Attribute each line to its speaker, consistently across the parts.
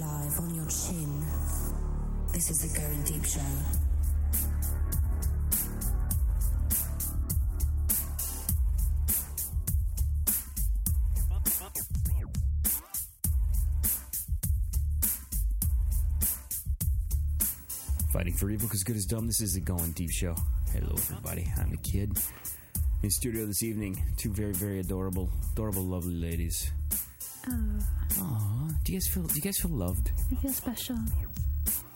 Speaker 1: Nam Shin. This is the Going Deep Show.
Speaker 2: Fighting for evil because good is dumb. This is the Going Deep Show. Hello, everybody. I'm the kid. In studio this evening, two very, very adorable, adorable, lovely ladies.
Speaker 3: Oh.
Speaker 2: Aww. Do you guys feel? Do you guys feel loved?
Speaker 4: I feel special.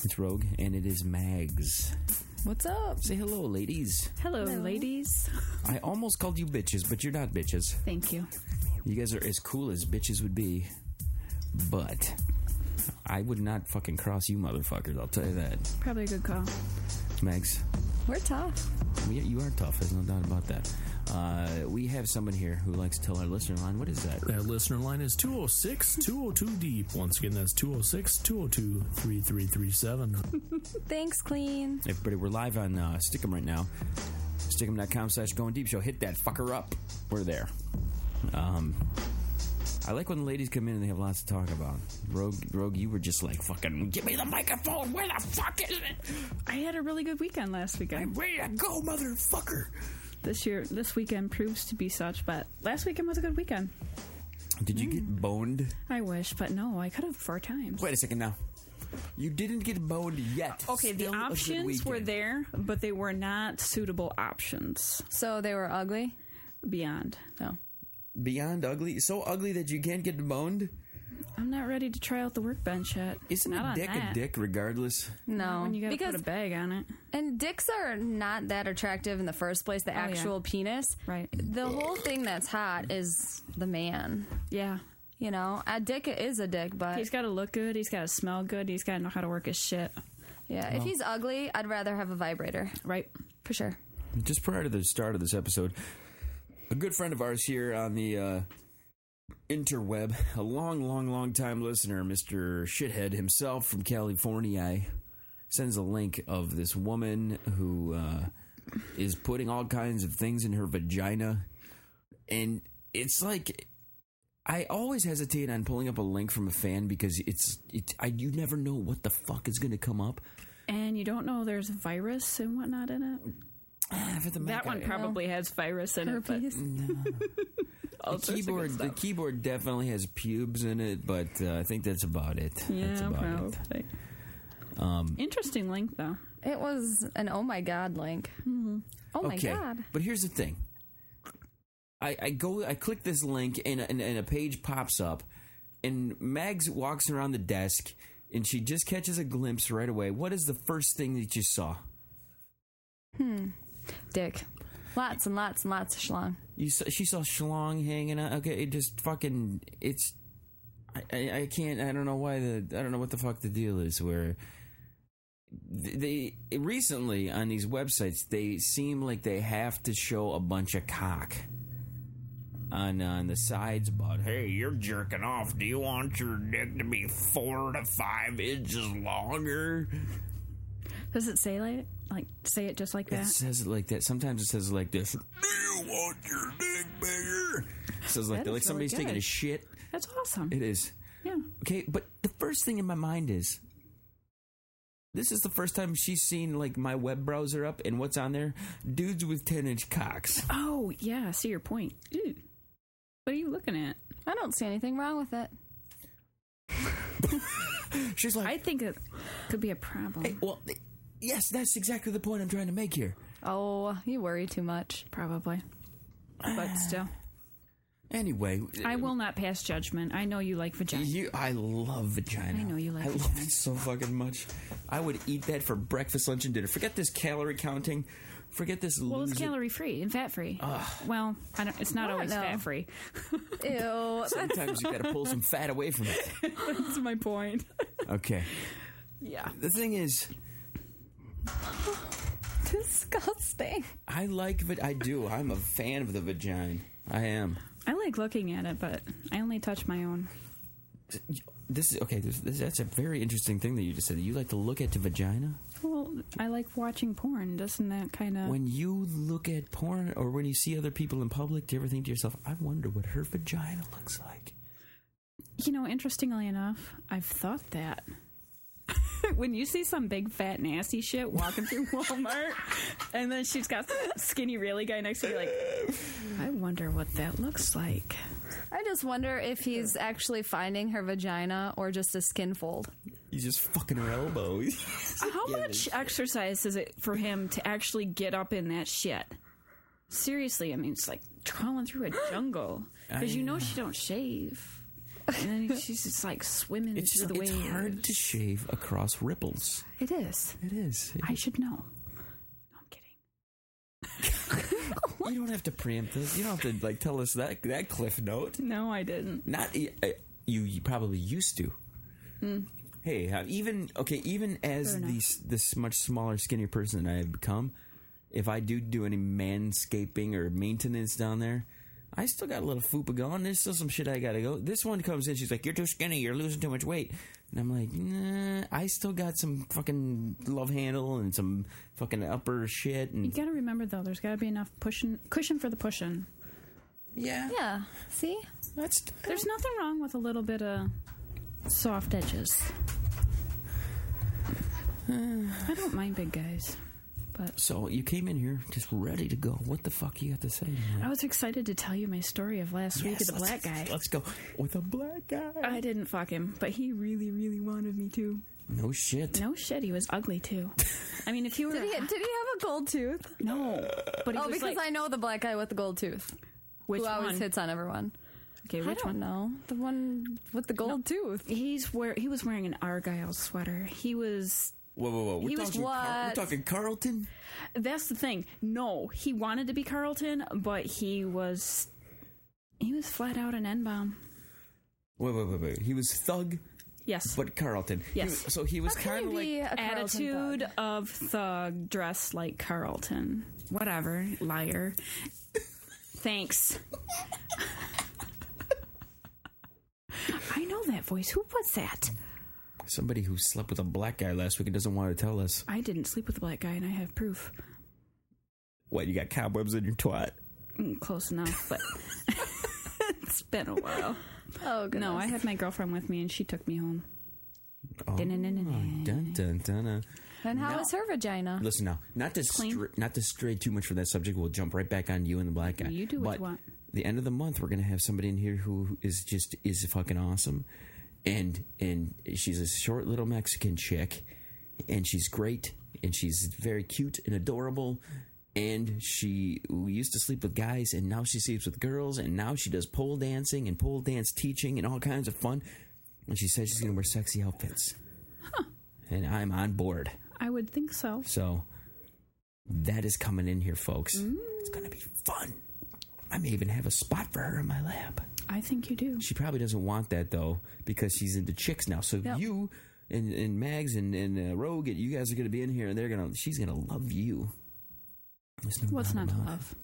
Speaker 2: It's Rogue and it is Mags.
Speaker 3: What's up?
Speaker 2: Say hello, ladies.
Speaker 3: Hello, ladies.
Speaker 2: I almost called you bitches, but you're not bitches.
Speaker 3: Thank you.
Speaker 2: You guys are as cool as bitches would be, but I would not fucking cross you, motherfuckers. I'll tell you that,
Speaker 3: Probably a good call.
Speaker 2: Mags.
Speaker 3: We're tough.
Speaker 2: Well, yeah, you are tough. There's no doubt about that. Uh, we have someone here who likes to tell our listener line. What is that?
Speaker 5: That listener line is 206 202 Deep. Once again, that's 206 202 3337.
Speaker 4: Thanks, clean.
Speaker 2: Everybody, we're live on uh, Stickum right now. Stickum.com slash going deep show. Hit that fucker up. We're there. Um, I like when the ladies come in and they have lots to talk about. Rogue, Rogue, you were just like, fucking, give me the microphone. Where the fuck is it?
Speaker 3: I had a really good weekend last
Speaker 2: I'm
Speaker 3: weekend.
Speaker 2: ready to go, motherfucker.
Speaker 3: This year, this weekend proves to be such, but last weekend was a good weekend.
Speaker 2: Did you get boned?
Speaker 3: I wish, but no, I could have four times.
Speaker 2: Wait a second now. You didn't get boned yet.
Speaker 3: Okay, the
Speaker 2: Still a good
Speaker 3: options were
Speaker 2: weekend.
Speaker 3: there, but they were not suitable options
Speaker 4: So they were ugly.
Speaker 3: beyond. No.
Speaker 2: Beyond ugly, so ugly that you can't get boned.
Speaker 3: I'm not ready to try out the workbench yet.
Speaker 2: Isn't
Speaker 3: not
Speaker 2: a
Speaker 3: on
Speaker 2: dick
Speaker 3: that.
Speaker 2: a dick regardless?
Speaker 4: No,
Speaker 3: When you gotta
Speaker 4: because
Speaker 3: put a bag on it.
Speaker 4: and dicks are not that attractive in the first place. The
Speaker 3: yeah.
Speaker 4: actual penis,
Speaker 3: Right.
Speaker 4: The whole thing that's hot is the man.
Speaker 3: Yeah.
Speaker 4: You know, a dick is a dick, but
Speaker 3: He's gotta look good, he's gotta smell good, he's gotta know how to work his shit.
Speaker 4: yeah, if he's ugly, I'd rather have a vibrator
Speaker 3: Right.
Speaker 4: for sure.
Speaker 2: just prior to the start of this episode, a good friend of ours here on the uh, interweb, a long, long, long time listener, Mr. Shithead himself from California, sends a link of this woman who uh, is putting all kinds of things in her vagina. And it's like. I always hesitate on pulling up a link from a fan because it's it, I you never know what the fuck is going to come up.
Speaker 3: And you don't know there's virus and whatnot in it. That one probably has virus in it, but all sorts
Speaker 2: the
Speaker 3: of good
Speaker 2: keyboard the
Speaker 3: stuff.
Speaker 2: keyboard definitely has pubes in it, but uh, I think that's about it. Um, that's
Speaker 3: yeah,
Speaker 2: about
Speaker 3: probably. Interesting link though.
Speaker 4: It was an oh my god link.
Speaker 3: Mm-hmm.
Speaker 4: Oh my
Speaker 2: okay,
Speaker 4: god.
Speaker 2: but here's the thing. I, I go I click this link and, and and a page pops up, and Mags walks around the desk and she just catches a glimpse right away. What is the first thing that you saw?
Speaker 4: Dick. Lots and lots and lots of schlong.
Speaker 2: You saw, she saw schlong hanging out. Okay, it just fucking it's. I, I I can't. I don't know why the. I don't know what the fuck the deal is. Where they recently on these websites they seem like they have to show a bunch of cock on on the sides about hey you're jerking off do you want your dick to be four to five inches longer
Speaker 3: Does it say like like say it just like
Speaker 2: It
Speaker 3: that?
Speaker 2: says it like that. Sometimes it says it like this. Do you want your dick bigger? It says like that.
Speaker 3: That is
Speaker 2: Like
Speaker 3: really
Speaker 2: somebody's taking a
Speaker 3: good.
Speaker 2: shit.
Speaker 3: That's awesome.
Speaker 2: It is.
Speaker 3: yeah.
Speaker 2: Okay, but the first thing in my mind is this is the first time she's seen like my web browser up and what's on there? Dudes with 10 inch cocks.
Speaker 3: Oh yeah, I see your point. Ew. What are you looking at?
Speaker 4: I don't see anything wrong with it.
Speaker 2: She's like,
Speaker 3: I think it could be a problem.
Speaker 2: hey, well, th- yes, that's exactly the point I'm trying to make here.
Speaker 4: Oh, you worry too much.
Speaker 3: Probably. But still.
Speaker 2: Anyway,
Speaker 3: I will not pass judgment. I know you like vagina.
Speaker 2: You, I love vagina.
Speaker 3: I know you like
Speaker 2: I love
Speaker 3: vagina.
Speaker 2: it so fucking much. I would eat that for breakfast, lunch, and dinner. Forget this calorie counting. Forget this.
Speaker 3: well, it's
Speaker 2: losing-
Speaker 3: calorie free and fat free. Well, I don't, it's not
Speaker 4: don't
Speaker 3: always
Speaker 4: know.
Speaker 3: fat free.
Speaker 4: Ew.
Speaker 2: Sometimes you gotta pull some fat away from it.
Speaker 3: That's my point.
Speaker 2: Okay.
Speaker 3: Yeah.
Speaker 2: The thing is,
Speaker 4: disgusting.
Speaker 2: I like it. I do. I'm a fan of the vagina. I am.
Speaker 3: I like looking at it, but I only touch my own.
Speaker 2: This is okay. This, this, that's a very interesting thing that you just said. You like to look at the vagina
Speaker 3: Well, I like watching porn. Doesn't that kind of
Speaker 2: when you look at porn or when you see other people in public. Do you ever think to yourself, "I wonder what her vagina looks like"?
Speaker 3: you know? Interestingly enough, I've thought that when you see some big fat nasty shit walking through Walmart, and then she's got some skinny really guy next to her, like, I wonder what that looks like.
Speaker 4: I just wonder if he's actually finding her vagina or just a skin fold.
Speaker 2: He's just fucking her elbow.
Speaker 3: How much exercise is it for him to actually get up in that shit? Seriously, I mean, it's like crawling through a jungle because you know she don't shave, and then she's just like swimming
Speaker 2: It's
Speaker 3: through
Speaker 2: just,
Speaker 3: the waves.
Speaker 2: it's hard to shave across ripples.
Speaker 4: It is.
Speaker 2: It is.
Speaker 3: I should know. No, I'm kidding.
Speaker 2: you don't have to preempt this. You don't have to like tell us that that cliff note.
Speaker 3: No, I didn't.
Speaker 2: Not y- uh, you. You probably used to. Hey, how- even okay. Even as
Speaker 3: Hmm. Fair
Speaker 2: the
Speaker 3: enough.
Speaker 2: this this much smaller, skinnier person I have become, if I do do any manscaping or maintenance down there. I still got a little fupa going. There's still some shit I gotta go. This one comes in, she's like, "You're too skinny. You're losing too much weight." And I'm like, "Nah, I still got some fucking love handle and some fucking upper shit."
Speaker 3: You
Speaker 2: And
Speaker 3: gotta remember though, there's gotta be enough pushing cushion for the pushing.
Speaker 2: yeah,
Speaker 4: Yeah. See?
Speaker 2: that's
Speaker 3: There's nothing wrong with a little bit of soft edges. I don't mind big guys, but
Speaker 2: So you came in here just ready to go. What the fuck you got to say? man?
Speaker 3: I was excited to tell you my story of last week
Speaker 2: Yes,
Speaker 3: with the
Speaker 2: let's-
Speaker 3: black guy.
Speaker 2: Let's go with a black guy.
Speaker 3: I didn't fuck him, but he really, really wanted me to.
Speaker 2: no shit.
Speaker 3: No shit, he was ugly too. I mean, if he were
Speaker 4: Did he, did he have a gold tooth?
Speaker 3: no, but he
Speaker 4: Oh,
Speaker 3: was
Speaker 4: because
Speaker 3: like,
Speaker 4: I know the black guy with the gold tooth
Speaker 3: which
Speaker 4: who always
Speaker 3: one?
Speaker 4: hits on everyone.
Speaker 3: okay,
Speaker 4: I
Speaker 3: which
Speaker 4: don't
Speaker 3: one?
Speaker 4: know. The one with the gold tooth.
Speaker 3: He's wear he was wearing an argyle sweater. He was
Speaker 2: Whoa, whoa, whoa. We're
Speaker 3: He was
Speaker 2: talking, Carl- we're
Speaker 4: what?
Speaker 2: talking Carlton.
Speaker 3: That's the thing. No, he wanted to be Carlton, but he was he was flat out an N bomb.
Speaker 2: Wait, wait, wait, wait. He was thug,
Speaker 3: Yes.
Speaker 2: but Carlton. He
Speaker 3: Yes.
Speaker 2: was- so he was
Speaker 4: How can
Speaker 2: kind of
Speaker 4: you be
Speaker 2: like.
Speaker 4: a Carlton
Speaker 3: Attitude
Speaker 4: thug?
Speaker 3: of thug dressed like Carlton. Whatever. Liar. Thanks. I know that voice. Who was that?
Speaker 2: Somebody who slept with a black guy last week and doesn't want to tell us.
Speaker 3: I didn't sleep with a black guy and I have proof.
Speaker 2: What, you got cobwebs in your twat?
Speaker 3: Mm, Close enough, but it's been a while.
Speaker 4: Oh, goodness.
Speaker 3: No, I had my girlfriend with me and she took me home.
Speaker 2: Oh,
Speaker 3: Dun-dun-dun-dun.
Speaker 2: dun, dun, dun, dun.
Speaker 4: And how is
Speaker 2: No.
Speaker 4: her vagina?
Speaker 2: Listen now, not to
Speaker 3: Clean.
Speaker 2: stray, not to stray too much from that subject. We'll jump right back on you and the black guy.
Speaker 3: You do what
Speaker 2: but
Speaker 3: you want.
Speaker 2: The end of the month, we're gonna have somebody in here who is just is fucking awesome, and and she's a short little Mexican chick, and she's great, and she's very cute and adorable. And she used to sleep with guys, and now she sleeps with girls, and now she does pole dancing and pole dance teaching and all kinds of fun. And she says she's going to wear sexy outfits. And I'm on board.
Speaker 3: I would think so.
Speaker 2: So that is coming in here, folks. It's going to be fun. I may even have a spot for her in my lap.
Speaker 3: I think you do.
Speaker 2: She probably doesn't want that though because she's into chicks now. So you and, and Mags and, and uh, Rogue, you guys are going to be in here, and they're going to. She's going to love you. There's no
Speaker 3: What's
Speaker 2: doubt
Speaker 3: not to
Speaker 2: about it.
Speaker 3: love?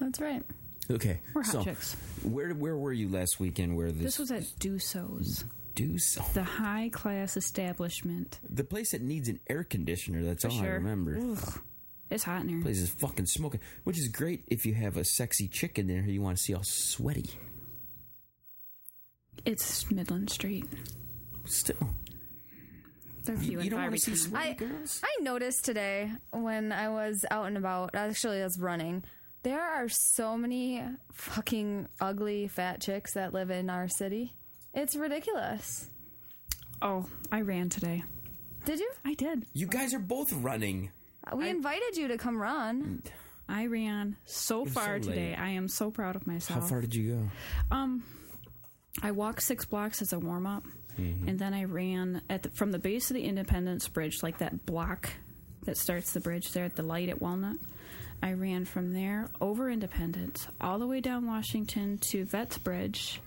Speaker 4: That's right.
Speaker 2: Okay,
Speaker 3: We're hot
Speaker 2: so
Speaker 3: chicks.
Speaker 2: where where were you last weekend? Where
Speaker 3: This
Speaker 2: this,
Speaker 3: was at Duso's,
Speaker 2: do so
Speaker 3: the high class establishment.
Speaker 2: the place that needs an air conditioner. That's
Speaker 3: For
Speaker 2: all I
Speaker 3: sure.
Speaker 2: remember.
Speaker 3: Ugh, it's hot in here.
Speaker 2: place is fucking smoking, which is great if you have a sexy chick in there who you want to see all sweaty.
Speaker 3: It's Midland Street.
Speaker 2: Still,
Speaker 3: They're few
Speaker 2: you,
Speaker 3: and
Speaker 2: don't
Speaker 3: far
Speaker 2: want to see
Speaker 3: between.
Speaker 2: sweaty
Speaker 4: I-
Speaker 2: girls.
Speaker 4: I noticed today when I was out and about, actually, I was running. There are so many fucking ugly fat chicks that live in our city. It's ridiculous.
Speaker 3: oh, I ran today.
Speaker 4: Did you?
Speaker 3: I did.
Speaker 2: You guys are both running.
Speaker 4: We invited you to come
Speaker 2: Mm.
Speaker 4: run.
Speaker 3: I ran so
Speaker 2: You're
Speaker 3: far
Speaker 2: so
Speaker 3: today.
Speaker 2: late.
Speaker 3: I am so proud of
Speaker 2: How
Speaker 3: myself.
Speaker 2: far did you go?
Speaker 3: Um, I walked six blocks as a warm up,
Speaker 2: Mm-hmm.
Speaker 3: and then I ran at the, from the base of the Independence Bridge, like that block that starts the bridge there at the light at Walnut. I ran from there over Independence, all the way down Washington to Vets Bridge,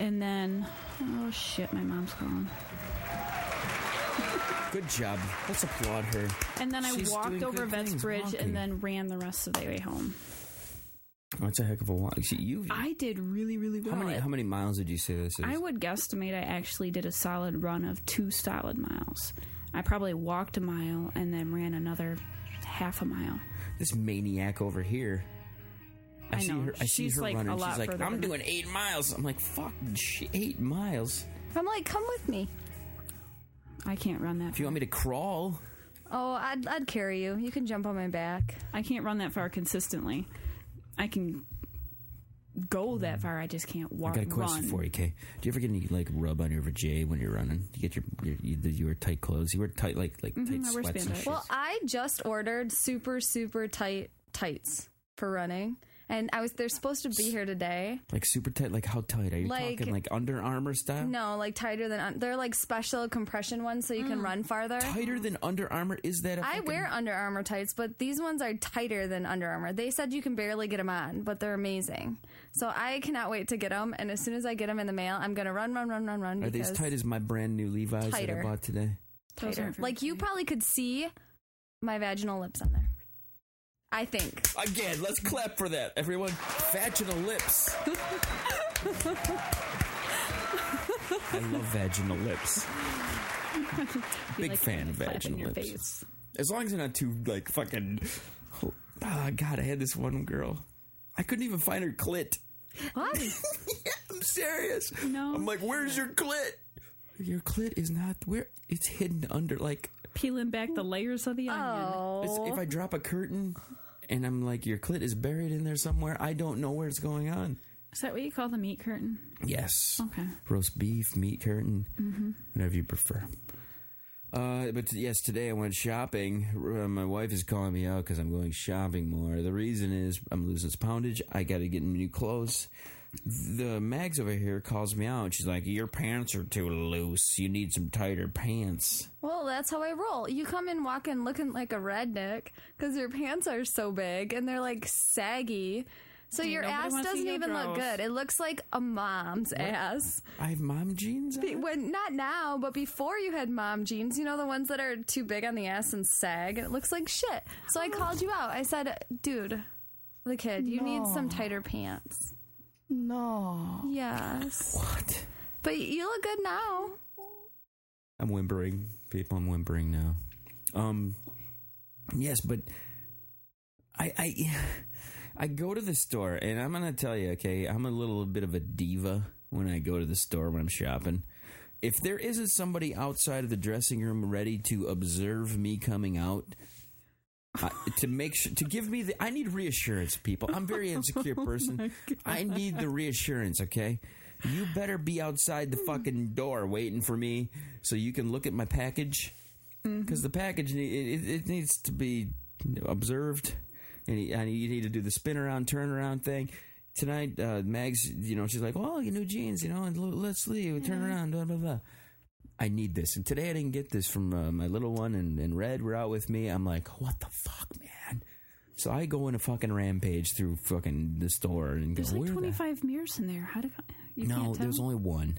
Speaker 3: and then oh shit, my mom's calling.
Speaker 2: Good job. Let's applaud her.
Speaker 3: And then I
Speaker 2: She's doing
Speaker 3: walked over
Speaker 2: good
Speaker 3: Vets
Speaker 2: things,
Speaker 3: Bridge
Speaker 2: walking.
Speaker 3: and then ran the rest of the way home.
Speaker 2: That's a heck of a walk. See, you.
Speaker 3: I did really, really well.
Speaker 2: how many how many miles did you say this is?
Speaker 3: I would guesstimate I actually did a solid run of two solid miles. I probably walked a mile and then ran another half a mile.
Speaker 2: this maniac over here. I,
Speaker 3: I
Speaker 2: see
Speaker 3: know.
Speaker 2: her. I see
Speaker 3: She's,
Speaker 2: her
Speaker 3: like,
Speaker 2: running.
Speaker 3: a lot
Speaker 2: She's like,
Speaker 3: further
Speaker 2: I'm
Speaker 3: than-
Speaker 2: doing eight miles. I'm like, fuck, sh- eight miles.
Speaker 4: I'm like, come with me.
Speaker 3: I can't run that.
Speaker 2: If you want me to crawl,
Speaker 4: Oh, I'd, I'd carry you. You can jump on my back.
Speaker 3: I can't run that far consistently. I can go that far. I just can't walk.
Speaker 2: I got a question
Speaker 3: run.
Speaker 2: for you, Kay. Do you ever get any like rub on your vajay when you're running? You get your your, you, you wear tight clothes. You wear tight like like
Speaker 4: Mm-hmm,
Speaker 2: tight
Speaker 3: I wear
Speaker 2: sweats and
Speaker 3: spandex.
Speaker 2: shit.
Speaker 4: Well, I just ordered super super tight tights for running, and I was they're supposed to be here today.
Speaker 2: like super tight. Like how tight are you
Speaker 4: Like-
Speaker 2: talking? Like Under Armour style?
Speaker 4: No, like tighter than uh, they're like special compression ones, so you can run farther.
Speaker 2: Tighter Mm. than Under Armour? Is that? A
Speaker 4: I
Speaker 2: fucking-
Speaker 4: wear Under Armour tights, but these ones are tighter than Under Armour. They said you can barely get them on, but they're amazing. So I cannot wait to get them. And as soon as I get them in the mail, I'm gonna run, run, run, run, run.
Speaker 2: Are these
Speaker 4: because
Speaker 2: tight as my brand new Levi's that
Speaker 4: Tighter.
Speaker 2: I bought today?
Speaker 3: Those
Speaker 4: tighter.
Speaker 3: aren't very
Speaker 4: Like you
Speaker 3: tight.
Speaker 4: probably could see my vaginal lips on there. I think.
Speaker 2: Again, let's clap for that, everyone. Vaginal lips. I love vaginal lips. Big
Speaker 3: like,
Speaker 2: fan of
Speaker 3: clap in
Speaker 2: vaginal
Speaker 3: your
Speaker 2: lips.
Speaker 3: face.
Speaker 2: As long as they're not too like fucking. Oh God, I had this one girl. I couldn't even find her clit.
Speaker 4: What?
Speaker 2: I'm serious.
Speaker 3: No.
Speaker 2: I'm like, where's your clit? Your clit is not where it's hidden under like
Speaker 3: peeling back the layers of the onion.
Speaker 2: It's-
Speaker 4: oh,
Speaker 2: if I drop a curtain and I'm like, your clit is buried in there somewhere, I don't know where it's going on.
Speaker 3: Is that what you call the meat curtain?
Speaker 2: Yes.
Speaker 3: Okay.
Speaker 2: Roast beef, meat curtain, whatever you prefer. Uh, but t- yes, today I went shopping. R- uh, my wife is calling me out because I'm going shopping more. The reason is I'm losing some poundage. I got to get new clothes. The mags over here calls me out. She's like, "Your pants are too loose. You need some tighter pants."
Speaker 4: well, that's how I roll. You come in walking looking like a redneck because your pants are so big and they're like saggy. So your
Speaker 3: nobody
Speaker 4: ass
Speaker 3: wants to see
Speaker 4: doesn't
Speaker 3: your
Speaker 4: even look
Speaker 3: gross.
Speaker 4: good. It looks like a mom's ass.
Speaker 2: I have mom jeans. on?
Speaker 4: Be- When not now, but before you had mom jeans, you know the ones that are too big on the ass and sag. It looks like shit. So
Speaker 3: Oh.
Speaker 4: I called you out. I said, "Dude, the kid, you need some tighter pants."
Speaker 6: No.
Speaker 4: Yes,
Speaker 2: What?
Speaker 4: but you look good now.
Speaker 2: I'm whimpering, people. I'm whimpering now. Um, yes, but I, I, I go to the store, and I'm gonna tell you, okay, I'm a little bit of a diva when I go to the store when I'm shopping. If there isn't somebody outside of the dressing room ready to observe me coming out, I, to make sure to give me the I need reassurance, people. I'm a very insecure person. I need the reassurance, okay? You better be outside the fucking door waiting for me so you can look at my package
Speaker 3: Mm-hmm.
Speaker 2: because the package nee- it, it, it needs to be observed, and you, and you need to do the spin around, turn around thing. Tonight, uh, Mags, you know, she's like, "Well, your new jeans, you know, and l- let's leave, turn
Speaker 3: Mm-hmm.
Speaker 2: around, blah blah blah." I need this, and today I didn't get this from uh, my little one and, and Red were out with me. I'm like, "What the fuck, man!" So I go in a fucking rampage through fucking the store and
Speaker 3: There's
Speaker 2: go,
Speaker 3: like
Speaker 2: "Where the
Speaker 3: 25 mirrors in there. How do you
Speaker 2: no,
Speaker 3: can't tell? Oh.
Speaker 2: there was only one.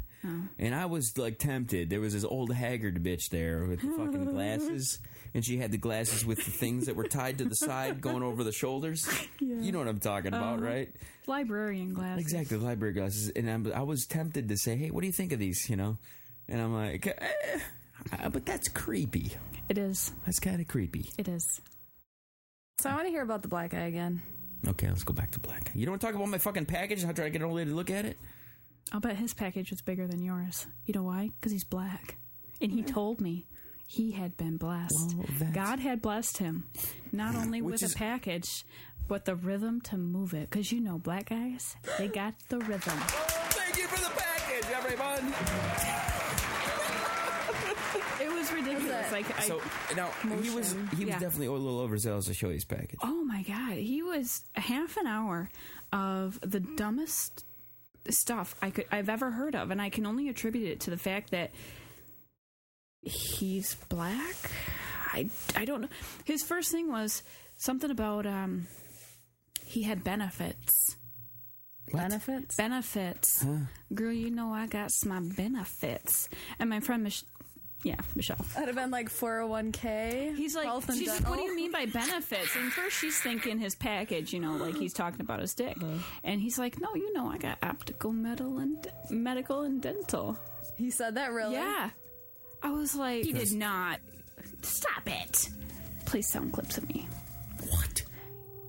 Speaker 2: And I was like tempted. There was this old haggard bitch there with the fucking glasses, and she had the glasses with the things that were tied to the side going over the shoulders. You know what I'm talking
Speaker 3: Uh-huh.
Speaker 2: about, right?
Speaker 3: librarian glass.
Speaker 2: Exactly, library glasses. And I'm, I was tempted to say, "Hey, what do you think of these?" You know, and I'm like, eh, uh, "But that's creepy.
Speaker 3: It is.
Speaker 2: That's kind of creepy."
Speaker 3: It is.
Speaker 4: So I want to hear about the black eye again.
Speaker 2: Okay, let's go back to black. You don't want to talk about my fucking package? How try to get an old lady to look at it?
Speaker 3: I'll bet his package was bigger than yours. You know why? Because he's black. And he told me he had been blessed.
Speaker 2: Well, that's-
Speaker 3: God had blessed him, not only
Speaker 2: Which
Speaker 3: with
Speaker 2: is-
Speaker 3: a package, but the rhythm to move it. Because you know, black guys, they got the rhythm.
Speaker 2: Thank you for the package, everyone.
Speaker 3: It was ridiculous. Like I,
Speaker 2: So now he was
Speaker 3: motion.
Speaker 2: he was
Speaker 3: Yeah.
Speaker 2: definitely a little overzealous to show his package.
Speaker 3: Oh my god, he was half an hour of the dumbest stuff I could I've ever heard of, and I can only attribute it to the fact that he's black. I I don't know. His first thing was something about um he had benefits.
Speaker 4: Benefits.
Speaker 3: Benefits. Girl, you know I got my benefits. And my friend Mich- yeah, Michelle.
Speaker 4: That'd have been like 401k.
Speaker 3: He's like,
Speaker 4: health and
Speaker 3: she's like, what do
Speaker 4: dental."
Speaker 3: you mean by benefits? And first she's thinking his package, you know, like he's talking about his dick. And he's like, no, you know, I got optical, metal, and medical, and dental.
Speaker 4: He said that really.
Speaker 3: Yeah. I was like, he did not. Stop it. Please sound clips of me.
Speaker 2: What?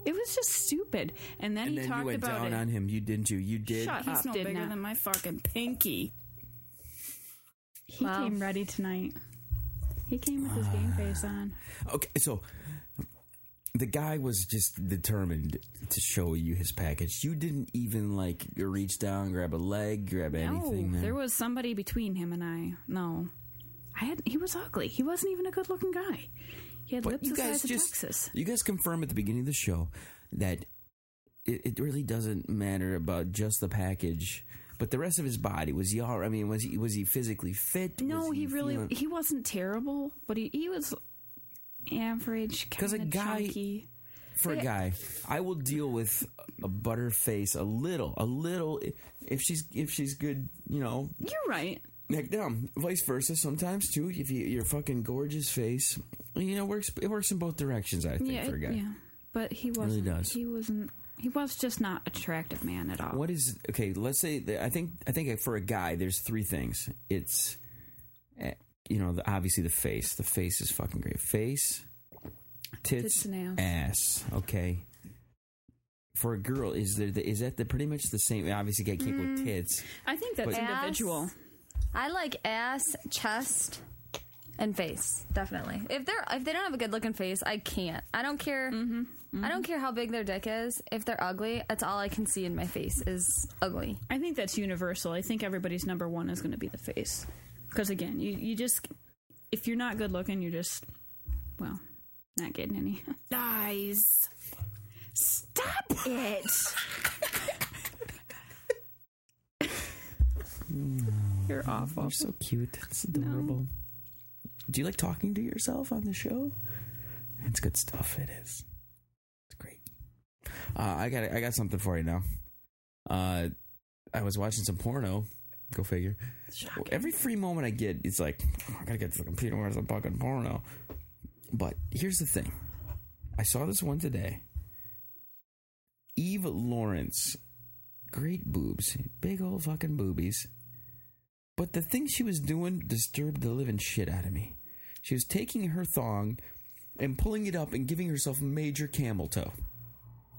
Speaker 3: It was just stupid. And then
Speaker 2: And
Speaker 3: he
Speaker 2: then
Speaker 3: talked
Speaker 2: you went
Speaker 3: about
Speaker 2: down
Speaker 3: it.
Speaker 2: on him. You didn't you? You did.
Speaker 3: Shut
Speaker 6: He's
Speaker 3: up,
Speaker 6: no
Speaker 3: did
Speaker 6: bigger
Speaker 3: not.
Speaker 6: than my fucking pinky.
Speaker 3: He
Speaker 4: Wow.
Speaker 3: came ready tonight. He came with his
Speaker 2: Ah.
Speaker 3: game face on.
Speaker 2: Okay, so the guy was just determined to show you his package. You didn't even like reach down, grab a leg, grab anything.
Speaker 3: no,
Speaker 2: man.
Speaker 3: there was somebody between him and I. No, I had. He was ugly. He wasn't even a good-looking guy. He had
Speaker 2: But
Speaker 3: lips
Speaker 2: you
Speaker 3: the
Speaker 2: guys
Speaker 3: size of
Speaker 2: just
Speaker 3: Texas.
Speaker 2: you guys confirm at the beginning of the show that it, it really doesn't matter about just the package, but the rest of his body. Was he all? I mean, was he was he physically fit?
Speaker 3: No,
Speaker 2: Was
Speaker 3: he really.
Speaker 2: feeling-
Speaker 3: He wasn't terrible, but he he was average,
Speaker 2: 'Cause
Speaker 3: kind
Speaker 2: a
Speaker 3: of
Speaker 2: guy-
Speaker 3: chunky.
Speaker 2: for a guy, I will deal with a butter face a little, a little. If she's if she's good, you know,
Speaker 3: You're right.
Speaker 2: neck down. Vice versa, sometimes too. If you your fucking gorgeous face, you know, works it works in both directions. I think
Speaker 3: Yeah,
Speaker 2: for a guy.
Speaker 3: it- yeah. But he wasn't.
Speaker 2: does.
Speaker 3: He wasn't. He was just not attractive man at all.
Speaker 2: What is okay? Let's say that I think I think for a guy, there's three things. It's eh, you know the, obviously the face. The face is fucking great. Face, tits,
Speaker 3: Tits and
Speaker 2: ass. Okay. For a girl, is there the, is that the pretty much the same? Obviously, I can't
Speaker 3: Mm.
Speaker 2: go tits.
Speaker 3: I think that's
Speaker 2: But-
Speaker 3: individual.
Speaker 4: Ass. I like ass, chest, and face. Definitely. If they're if they don't have a good looking face, I can't. I don't care. I don't care how big their dick is. If they're ugly, that's all I can see in my face is ugly.
Speaker 3: I think that's universal. I think everybody's number one is going to be the face. Because again, you, you just, if you're not good looking, you're just, well, not getting any.
Speaker 6: Guys,
Speaker 3: Stop it! Mm. you're awful.
Speaker 2: You're so cute. It's adorable. Do you like talking to yourself on the show? It's good stuff. It is. It's great. Uh, I got I got something for you now. Uh, I was watching some porno. Go figure. Every free moment I get, it's like oh, I gotta get to the computer. Where's the fucking porno? But here's the thing. I saw this one today. Eve Lawrence, great boobs, big old fucking boobies. But the thing she was doing disturbed the living shit out of me. She was taking her thong and pulling it up and giving herself major camel toe.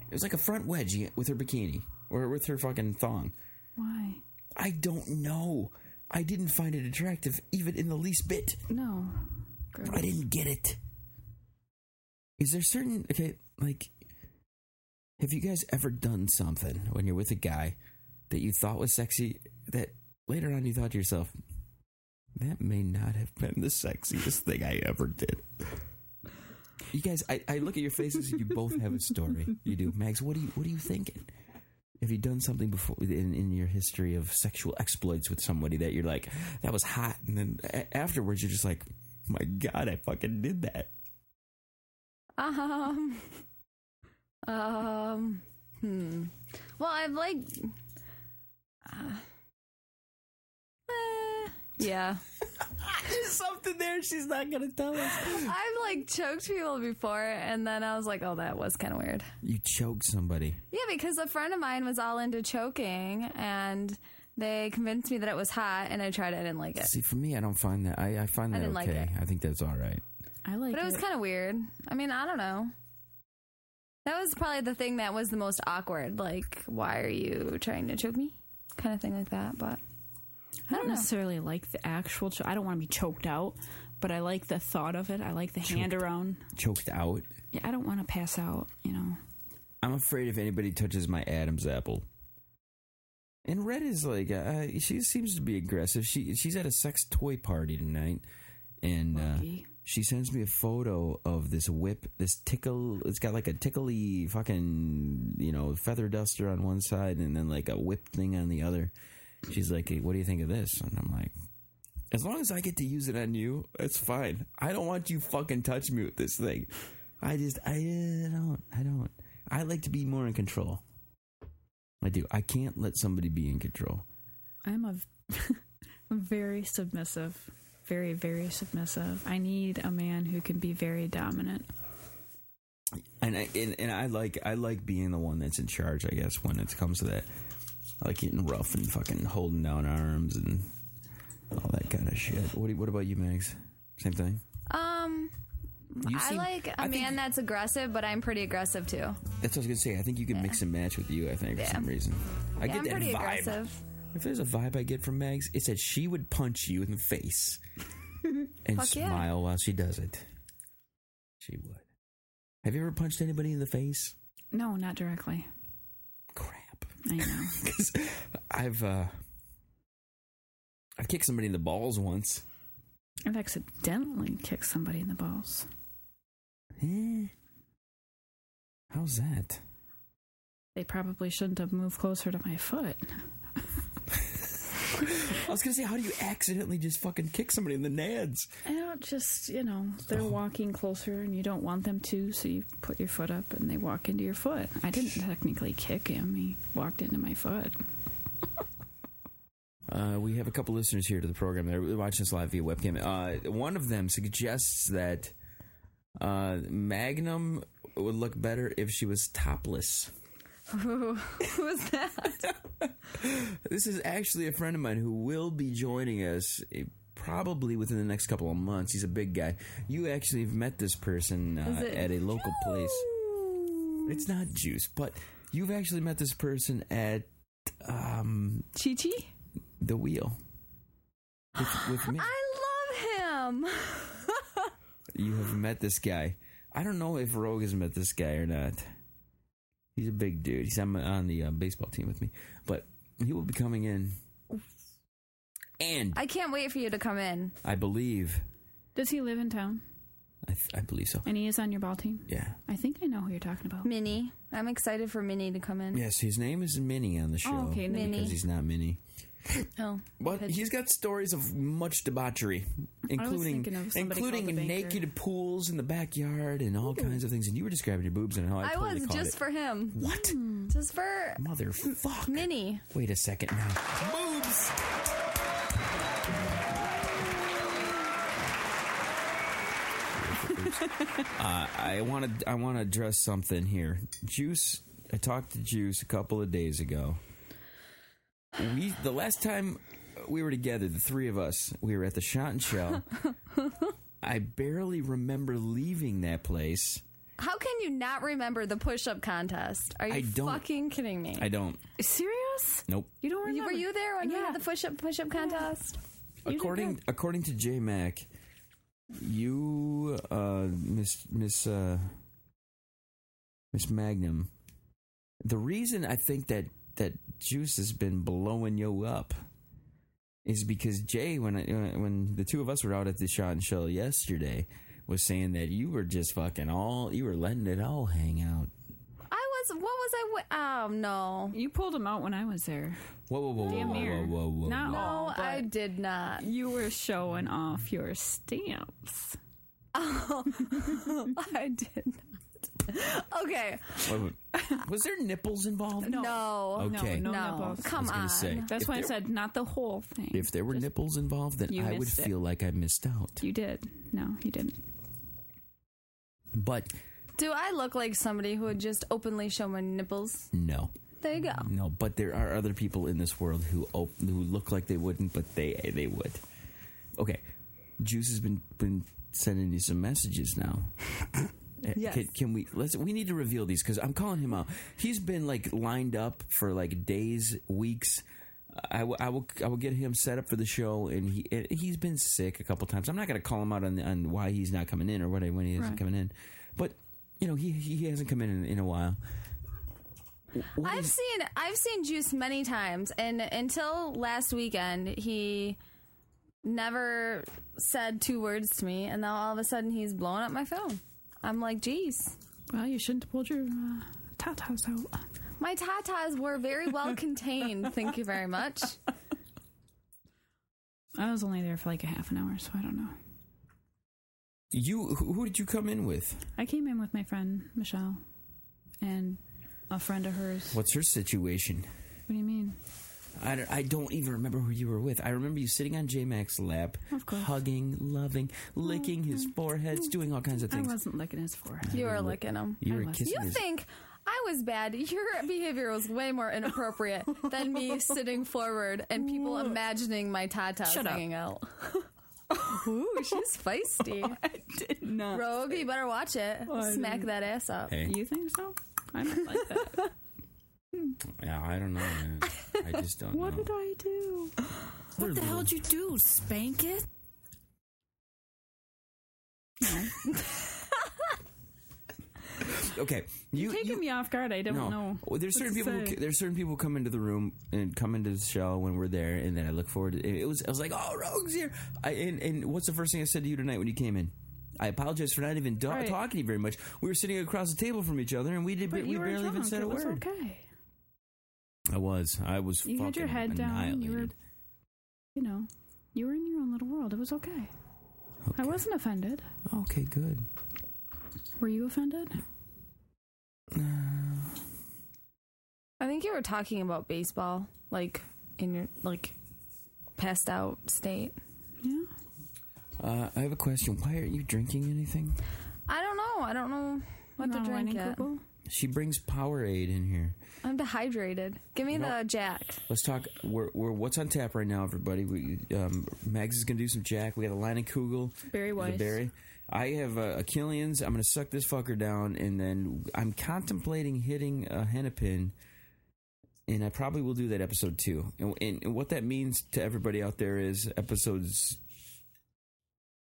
Speaker 2: It was like a front wedgie with her bikini or with her fucking thong.
Speaker 3: Why?
Speaker 2: I don't know. I didn't find it attractive even in the least bit.
Speaker 3: No.
Speaker 2: I didn't get it. Is there certain okay, like have you guys ever done something when you're with a guy that you thought was sexy that later on you thought to yourself, that may not have been the sexiest thing I ever did. You guys, I, I look at your faces and you both have a story. You do. Max, what do you what are you thinking? Have you done something before in, in your history of sexual exploits with somebody that you're like, that was hot, and then a- afterwards you're just like, my god, I fucking did that.
Speaker 4: Um. Um. Hmm. Well, I've like. uh, eh, yeah,
Speaker 2: There's something there she's not gonna tell us.
Speaker 4: I've like choked people before, and then I was like, "Oh, that was kind of weird."
Speaker 2: You choked somebody.
Speaker 4: Yeah, because a friend of mine was all into choking, and they convinced me that it was hot, and I tried it, I didn't like it.
Speaker 2: See, for me, I don't find that. I, I find
Speaker 4: I
Speaker 2: that
Speaker 4: didn't like
Speaker 2: okay.
Speaker 4: it.
Speaker 2: I think that's all right.
Speaker 3: I like
Speaker 4: But it was kind of weird. I mean, I don't know. That was probably the thing that was the most awkward. Like, why are you trying to choke me? Kind of thing like that. But
Speaker 3: I don't
Speaker 4: know.
Speaker 3: necessarily like the actual, cho- I don't want to be choked out, but I like the thought of it. I like the hand around.
Speaker 2: Choked out.
Speaker 3: Yeah, I don't want to pass out, you know.
Speaker 2: I'm afraid if anybody touches my Adam's apple. And Red is like, uh, she seems to be aggressive. She she's at a sex toy party tonight, and uh,
Speaker 3: Lucky.
Speaker 2: she sends me a photo of this whip, this tickle. It's got like a tickly fucking you know feather duster on one side, and then like a whip thing on the other. She's like, hey, "What do you think of this?" And I'm like, "As long as I get to use it on you, it's fine. I don't want you fucking touch me with this thing. I just I uh, don't I don't. I like to be more in control. I do. I can't let somebody be in control.
Speaker 3: I'm a very submissive, very very submissive. I need a man who can be very dominant.
Speaker 2: and I and, and I like I like being the one that's in charge. I guess when it comes to that, I like getting rough and fucking holding down arms and all that kind of shit. What do, you- what about you, Mags? Same thing.
Speaker 4: um,
Speaker 2: You
Speaker 4: I
Speaker 2: seem-
Speaker 4: like a
Speaker 2: I
Speaker 4: man
Speaker 2: think-
Speaker 4: that's aggressive, but I'm pretty aggressive too.
Speaker 2: That's what I was gonna say. I think you can mix and match with you. I think for
Speaker 4: Yeah.
Speaker 2: some reason, I
Speaker 4: Yeah,
Speaker 2: get
Speaker 4: I'm
Speaker 2: that
Speaker 4: pretty
Speaker 2: vibe.
Speaker 4: aggressive.
Speaker 2: If there's a vibe I get from Mags, it's that she would punch you in the face. and
Speaker 4: Fuck yeah.
Speaker 2: smile while she does it. She would. Have you ever punched anybody in the face?
Speaker 3: No, not directly.
Speaker 2: Crap.
Speaker 3: I know.
Speaker 2: Because I've uh, I kicked somebody in the balls once.
Speaker 3: I've accidentally kicked somebody in the balls.
Speaker 2: Eh. How's that?
Speaker 3: They probably shouldn't have moved closer to my foot.
Speaker 2: I was gonna say, how do you accidentally just fucking kick somebody in the nads?
Speaker 3: I don't just, you know, they're
Speaker 2: Oh.
Speaker 3: walking closer and you don't want them to, so you put your foot up and they walk into your foot. I didn't technically kick him, he walked into my foot.
Speaker 2: Uh, we have a couple listeners here to the program that are watching us live via webcam. Uh, one of them suggests that uh, Magnum would look better if she was topless.
Speaker 4: Who was that?
Speaker 2: This is actually a friend of mine who will be joining us eh, probably within the next couple of months. He's a big guy. You actually have met this person uh,
Speaker 4: Is it
Speaker 2: at a local place. It's not juice, but you've actually met this person at um,
Speaker 3: Chi Chi?
Speaker 2: the wheel with, with me.
Speaker 4: I love him.
Speaker 2: You have met this guy. I don't know if Rogue has met this guy or not. He's a big dude. He's on, on the uh, baseball team with me, but he will be coming in. And
Speaker 4: I can't wait for you to come in.
Speaker 2: I believe,
Speaker 3: Does he live in town?
Speaker 2: I, th- I believe so.
Speaker 3: And he is on your ball team?
Speaker 2: Yeah.
Speaker 3: I think I know who you're talking about.
Speaker 4: Minnie. I'm excited for Minnie to come in.
Speaker 2: Yes, his name is Minnie on the show.
Speaker 3: Oh, okay,
Speaker 4: Minnie.
Speaker 2: Because he's not Minnie.
Speaker 4: Oh.
Speaker 2: But he's got stories of much debauchery, including
Speaker 3: thinking of somebody
Speaker 2: including
Speaker 3: called the banker.
Speaker 2: naked pools in the backyard and all kinds of things. And you were describing your boobs and how I,
Speaker 4: I
Speaker 2: totally
Speaker 4: was
Speaker 2: caught
Speaker 4: just
Speaker 2: it. Mm-hmm.
Speaker 4: for him.
Speaker 2: what
Speaker 3: Mm.
Speaker 4: Just for
Speaker 2: motherfuck.
Speaker 4: Minnie.
Speaker 2: Wait a second now. Boobs. uh, I want to. I want to address something here. Juice. I talked to Juice a couple of days ago. We the last time we were together, the three of us, we were at the Shot and Shell. I barely remember leaving that place.
Speaker 4: How can you not remember the push up contest? Are you
Speaker 2: I don't-
Speaker 4: fucking kidding me?
Speaker 2: I don't.
Speaker 3: Serious?
Speaker 2: Nope.
Speaker 3: You don't
Speaker 4: You-
Speaker 3: remember?
Speaker 4: Were you there when we
Speaker 3: Yeah.
Speaker 4: had the push up push up contest?
Speaker 3: You did
Speaker 2: according according to J Mac, you uh, Miss Miss uh, Miss Magnum. The reason I think that that Juice has been blowing you up is because Jay, when I, when the two of us were out at the Shot and Shell yesterday, was saying that you were just fucking all you were letting it all hang out.
Speaker 4: I was. What was I? wi- oh no,
Speaker 3: You pulled him out when I was there.
Speaker 2: Whoa, whoa, whoa,
Speaker 3: Damn
Speaker 2: whoa, whoa,
Speaker 3: near.
Speaker 2: whoa, whoa, whoa,
Speaker 3: No.
Speaker 2: whoa.
Speaker 4: no,
Speaker 3: Oh, but-
Speaker 4: I did not.
Speaker 3: You were showing off your stamps.
Speaker 4: Oh, I did not. Okay,
Speaker 2: Wait, wait. Was there nipples involved?
Speaker 4: no,
Speaker 2: Okay.
Speaker 3: No, no,
Speaker 4: No.
Speaker 3: nipples.
Speaker 4: Come
Speaker 2: I was gonna
Speaker 4: on.
Speaker 2: say.
Speaker 3: That's
Speaker 2: If
Speaker 3: why I
Speaker 2: there-
Speaker 3: said not the whole thing.
Speaker 2: If there were nipples involved, then
Speaker 3: You
Speaker 2: I would
Speaker 3: missed it.
Speaker 2: feel like I missed out.
Speaker 3: you did. No, you didn't.
Speaker 2: But
Speaker 4: Do I look like somebody who would just openly show my nipples?
Speaker 2: no,
Speaker 4: There you go.
Speaker 2: no. But there are other people in this world who op- who look like they wouldn't, but they they would. Okay, Juice has been been sending you some messages now. Eh,
Speaker 4: Yes.
Speaker 2: Can, can we let's we need to reveal these because I'm calling him out. He's been like lined up for like days, weeks. I, w- I will I will get him set up for the show, and he eh, he's been sick a couple times. I'm not going to call him out on on why he's not coming in or what when he isn't
Speaker 3: Right.
Speaker 2: coming in, but you know he he hasn't come in in, in a while. What
Speaker 4: I've
Speaker 2: is-
Speaker 4: seen I've seen Juice many times, and until last weekend, he never said two words to me, and now all of a sudden he's blowing up my phone. I'm like, geez,
Speaker 3: Well, you shouldn't have pulled your uh, tatas out.
Speaker 4: my tatas were very well contained. Thank you very much.
Speaker 3: I was only there for like a half an hour, so I don't know.
Speaker 2: You who who did you come in with?
Speaker 3: I came in with my friend Michelle and a friend of hers.
Speaker 2: What's her situation?
Speaker 3: What do you mean?
Speaker 2: I don't, I don't even remember who you were with. I remember you sitting on J Mac's lap,
Speaker 3: Of course. Mm-hmm.
Speaker 2: hugging, loving, licking his foreheads, doing all kinds of
Speaker 3: I
Speaker 2: things.
Speaker 3: wasn't licking his forehead.
Speaker 4: You were licking him.
Speaker 2: you
Speaker 3: I
Speaker 2: were
Speaker 3: wasn't.
Speaker 2: kissing
Speaker 4: You
Speaker 2: his.
Speaker 4: think I was bad? Your behavior was way more inappropriate than me sitting forward and people imagining my tatas
Speaker 3: Shut up.
Speaker 4: hanging out. Ooh, she's feisty.
Speaker 3: I did not.
Speaker 4: Rogue, you better watch it.
Speaker 3: I
Speaker 4: Smack
Speaker 3: didn't-
Speaker 4: that ass up.
Speaker 2: Hey,
Speaker 3: You think so? I don't like that.
Speaker 2: yeah, I don't know. Man. I just don't
Speaker 3: what
Speaker 2: know.
Speaker 3: did I do?
Speaker 1: What the hell did you do? Spank it?
Speaker 2: Okay, you
Speaker 3: Taking
Speaker 2: you-
Speaker 3: me off guard. I don't
Speaker 2: no.
Speaker 3: know.
Speaker 2: Well, there's
Speaker 3: what
Speaker 2: certain
Speaker 3: to
Speaker 2: people.
Speaker 3: say.
Speaker 2: Who, there's certain people come into the room and come into the show when we're there, and then I look forward. to It was I was like, oh, Rogue's here. I, and and what's the first thing I said to you tonight when you came in? I apologize for not even do-
Speaker 3: Right.
Speaker 2: talking to you very much. We were sitting across the table from each other, and we did.
Speaker 3: But
Speaker 2: we
Speaker 3: you were
Speaker 2: barely
Speaker 3: drunk.
Speaker 2: even said
Speaker 3: it
Speaker 2: a
Speaker 3: was
Speaker 2: word.
Speaker 3: okay.
Speaker 2: I was. I was.
Speaker 3: You had your
Speaker 2: fucking
Speaker 3: head down. You were,
Speaker 2: annihilated.
Speaker 3: you know, you were in your own little world. It was okay. I
Speaker 2: Okay.
Speaker 3: wasn't offended.
Speaker 2: Okay, good.
Speaker 3: Were you offended?
Speaker 4: I think you were talking about baseball, like in your like passed out state.
Speaker 3: Yeah.
Speaker 2: Uh, I have a question. Why aren't you drinking anything?
Speaker 4: I don't know. I don't know what
Speaker 3: Not
Speaker 4: to
Speaker 3: a wine
Speaker 4: drink
Speaker 3: and
Speaker 4: yet.
Speaker 3: Google?
Speaker 2: She brings Powerade in here.
Speaker 4: I'm dehydrated. Give me
Speaker 2: Nope.
Speaker 4: the Jack.
Speaker 2: Let's talk. We're, we're what's on tap right now, everybody. We um, Mags is gonna do some Jack. We got a line of Kugel,
Speaker 3: Barry Weiss.
Speaker 2: the Barry. I have uh, a Killian's. I'm gonna suck this fucker down, and then I'm contemplating hitting a Hennepin, and I probably will do that episode two. And, and, and what that means to everybody out there is episodes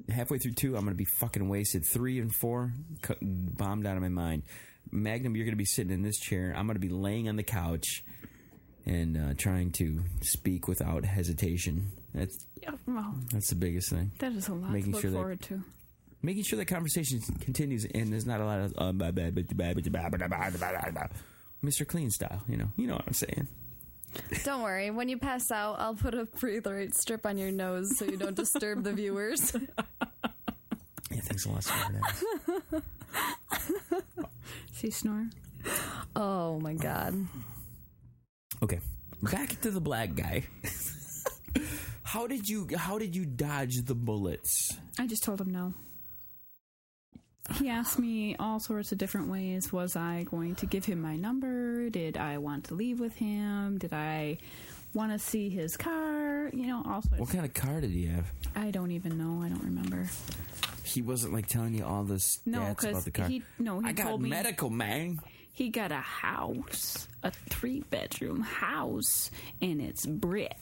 Speaker 2: halfway through two, I'm gonna be fucking wasted. Three and four, cu- bombed out of my mind. Magnum, you're gonna be sitting in this chair. I'm gonna be laying on the couch and uh, trying to speak without hesitation. That's
Speaker 3: Yeah, well,
Speaker 2: that's the biggest thing.
Speaker 3: that is a lot
Speaker 2: Making
Speaker 3: to look
Speaker 2: sure that-
Speaker 3: forward to.
Speaker 2: Making sure that conversation continues and there's not a lot of uh, blah, blah, blah, blah, blah, blah, blah, blah, blah, blah. Mr. Clean style. You know, you know what I'm saying.
Speaker 4: Don't worry. When you pass out, I'll put a breather rate strip on your nose so you don't disturb the viewers.
Speaker 2: Yeah, thanks a lot. Smartass.
Speaker 3: See snore.
Speaker 4: Oh my god.
Speaker 2: Okay, back to the black guy. how did you How did you dodge the bullets?
Speaker 3: I just told him no. He asked me all sorts of different ways. Was I going to give him my number? Did I want to leave with him? Did I want to see his car? You know, all sorts.
Speaker 2: What kind of car did he have?
Speaker 3: I don't even know. I don't remember.
Speaker 2: He wasn't like telling you all this
Speaker 3: No,
Speaker 2: stats
Speaker 3: 'cause
Speaker 2: about the car.
Speaker 3: he- no, he
Speaker 2: I got
Speaker 3: told me-
Speaker 2: medical man.
Speaker 3: He got a house, a three bedroom house, and it's brick.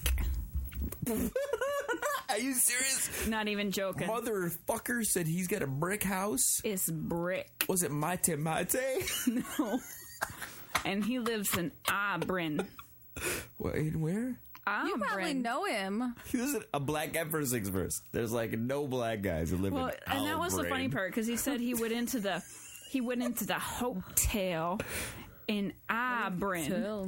Speaker 2: Are you serious?
Speaker 3: Not even joking.
Speaker 2: Motherfucker said he's got a brick house.
Speaker 3: It's brick.
Speaker 2: Was it mate mate?
Speaker 3: And he lives in Auburn.
Speaker 2: Wait, where?
Speaker 3: Auburn.
Speaker 4: You probably know him.
Speaker 2: He was a black guy for six verse. There's like no black guys that live
Speaker 3: Well,
Speaker 2: in.
Speaker 3: and that was the funny
Speaker 2: Albright.
Speaker 3: part because he said he went into the he went into the hotel in Auburn,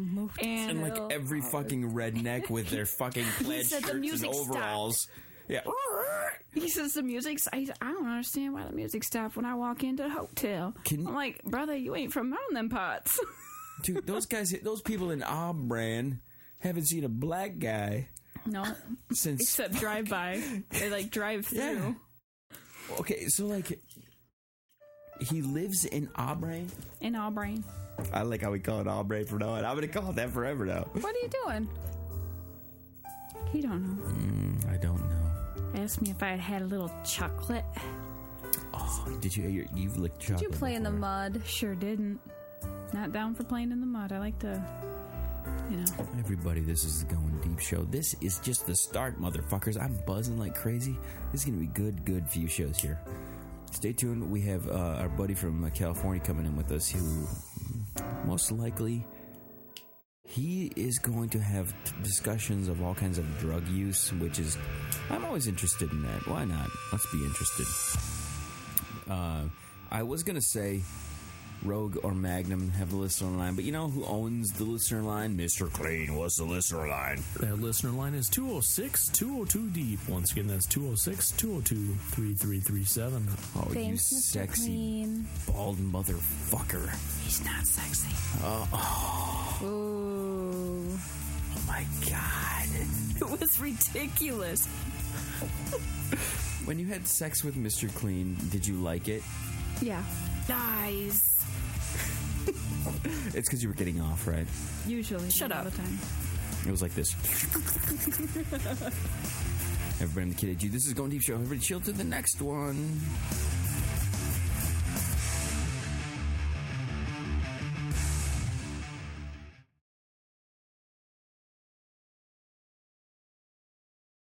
Speaker 3: and,
Speaker 2: And like every fucking redneck with their fucking plaid
Speaker 3: said the
Speaker 2: shirts and
Speaker 3: music stopped.
Speaker 2: overalls. Yeah.
Speaker 3: he says the music. I, I don't understand why the music stopped when I walk into the hotel.
Speaker 2: Can-
Speaker 3: I'm like, brother, you ain't from around them parts.
Speaker 2: Dude, those guys, those people in Auburn haven't seen a black guy
Speaker 3: no,
Speaker 2: since.
Speaker 3: except drive by. They like drive through.
Speaker 2: Yeah. Okay, so like, he lives in Auburn.
Speaker 3: In Auburn,
Speaker 2: I like how we call it Auburn from now on. I'm gonna call it that forever now.
Speaker 4: What are you doing?
Speaker 3: he don't know.
Speaker 2: I don't know.
Speaker 3: Asked me if I had a little chocolate.
Speaker 2: Oh, did you? you- You've licked
Speaker 4: Did
Speaker 2: chocolate.
Speaker 4: you play in the
Speaker 2: before.
Speaker 4: mud?
Speaker 3: Sure didn't. Not down for playing in the mud. I like to, you know.
Speaker 2: Everybody, this is the Going Deep Show. This is just the start, motherfuckers. I'm buzzing like crazy. This is going to be good, good few shows here. Stay tuned. We have uh, our buddy from uh, California coming in with us who mm, most likely he is going to have t- discussions of all kinds of drug use, which is I'm always interested in that. Why not? Let's be interested. Uh, I was going to say Rogue or Magnum have the listener line, but you know who owns the listener line? Mr. Clean. What's the listener line?
Speaker 5: That listener line is 206 202 deep. Once again, that's 206 202 3337.
Speaker 2: Oh,
Speaker 4: Thanks,
Speaker 2: you
Speaker 4: Mr.
Speaker 2: sexy
Speaker 4: Clean.
Speaker 2: bald motherfucker.
Speaker 3: He's not sexy.
Speaker 4: Ooh.
Speaker 2: Oh my god.
Speaker 3: It was ridiculous.
Speaker 2: When you had sex with Mr. Clean, did you like it?
Speaker 3: Yeah. Guys.
Speaker 2: It's because you were getting off, right?
Speaker 3: Usually. Shut up.
Speaker 2: It was like this. Everybody in the kid at you. This is Going Deep Show. Everybody chill to the next one.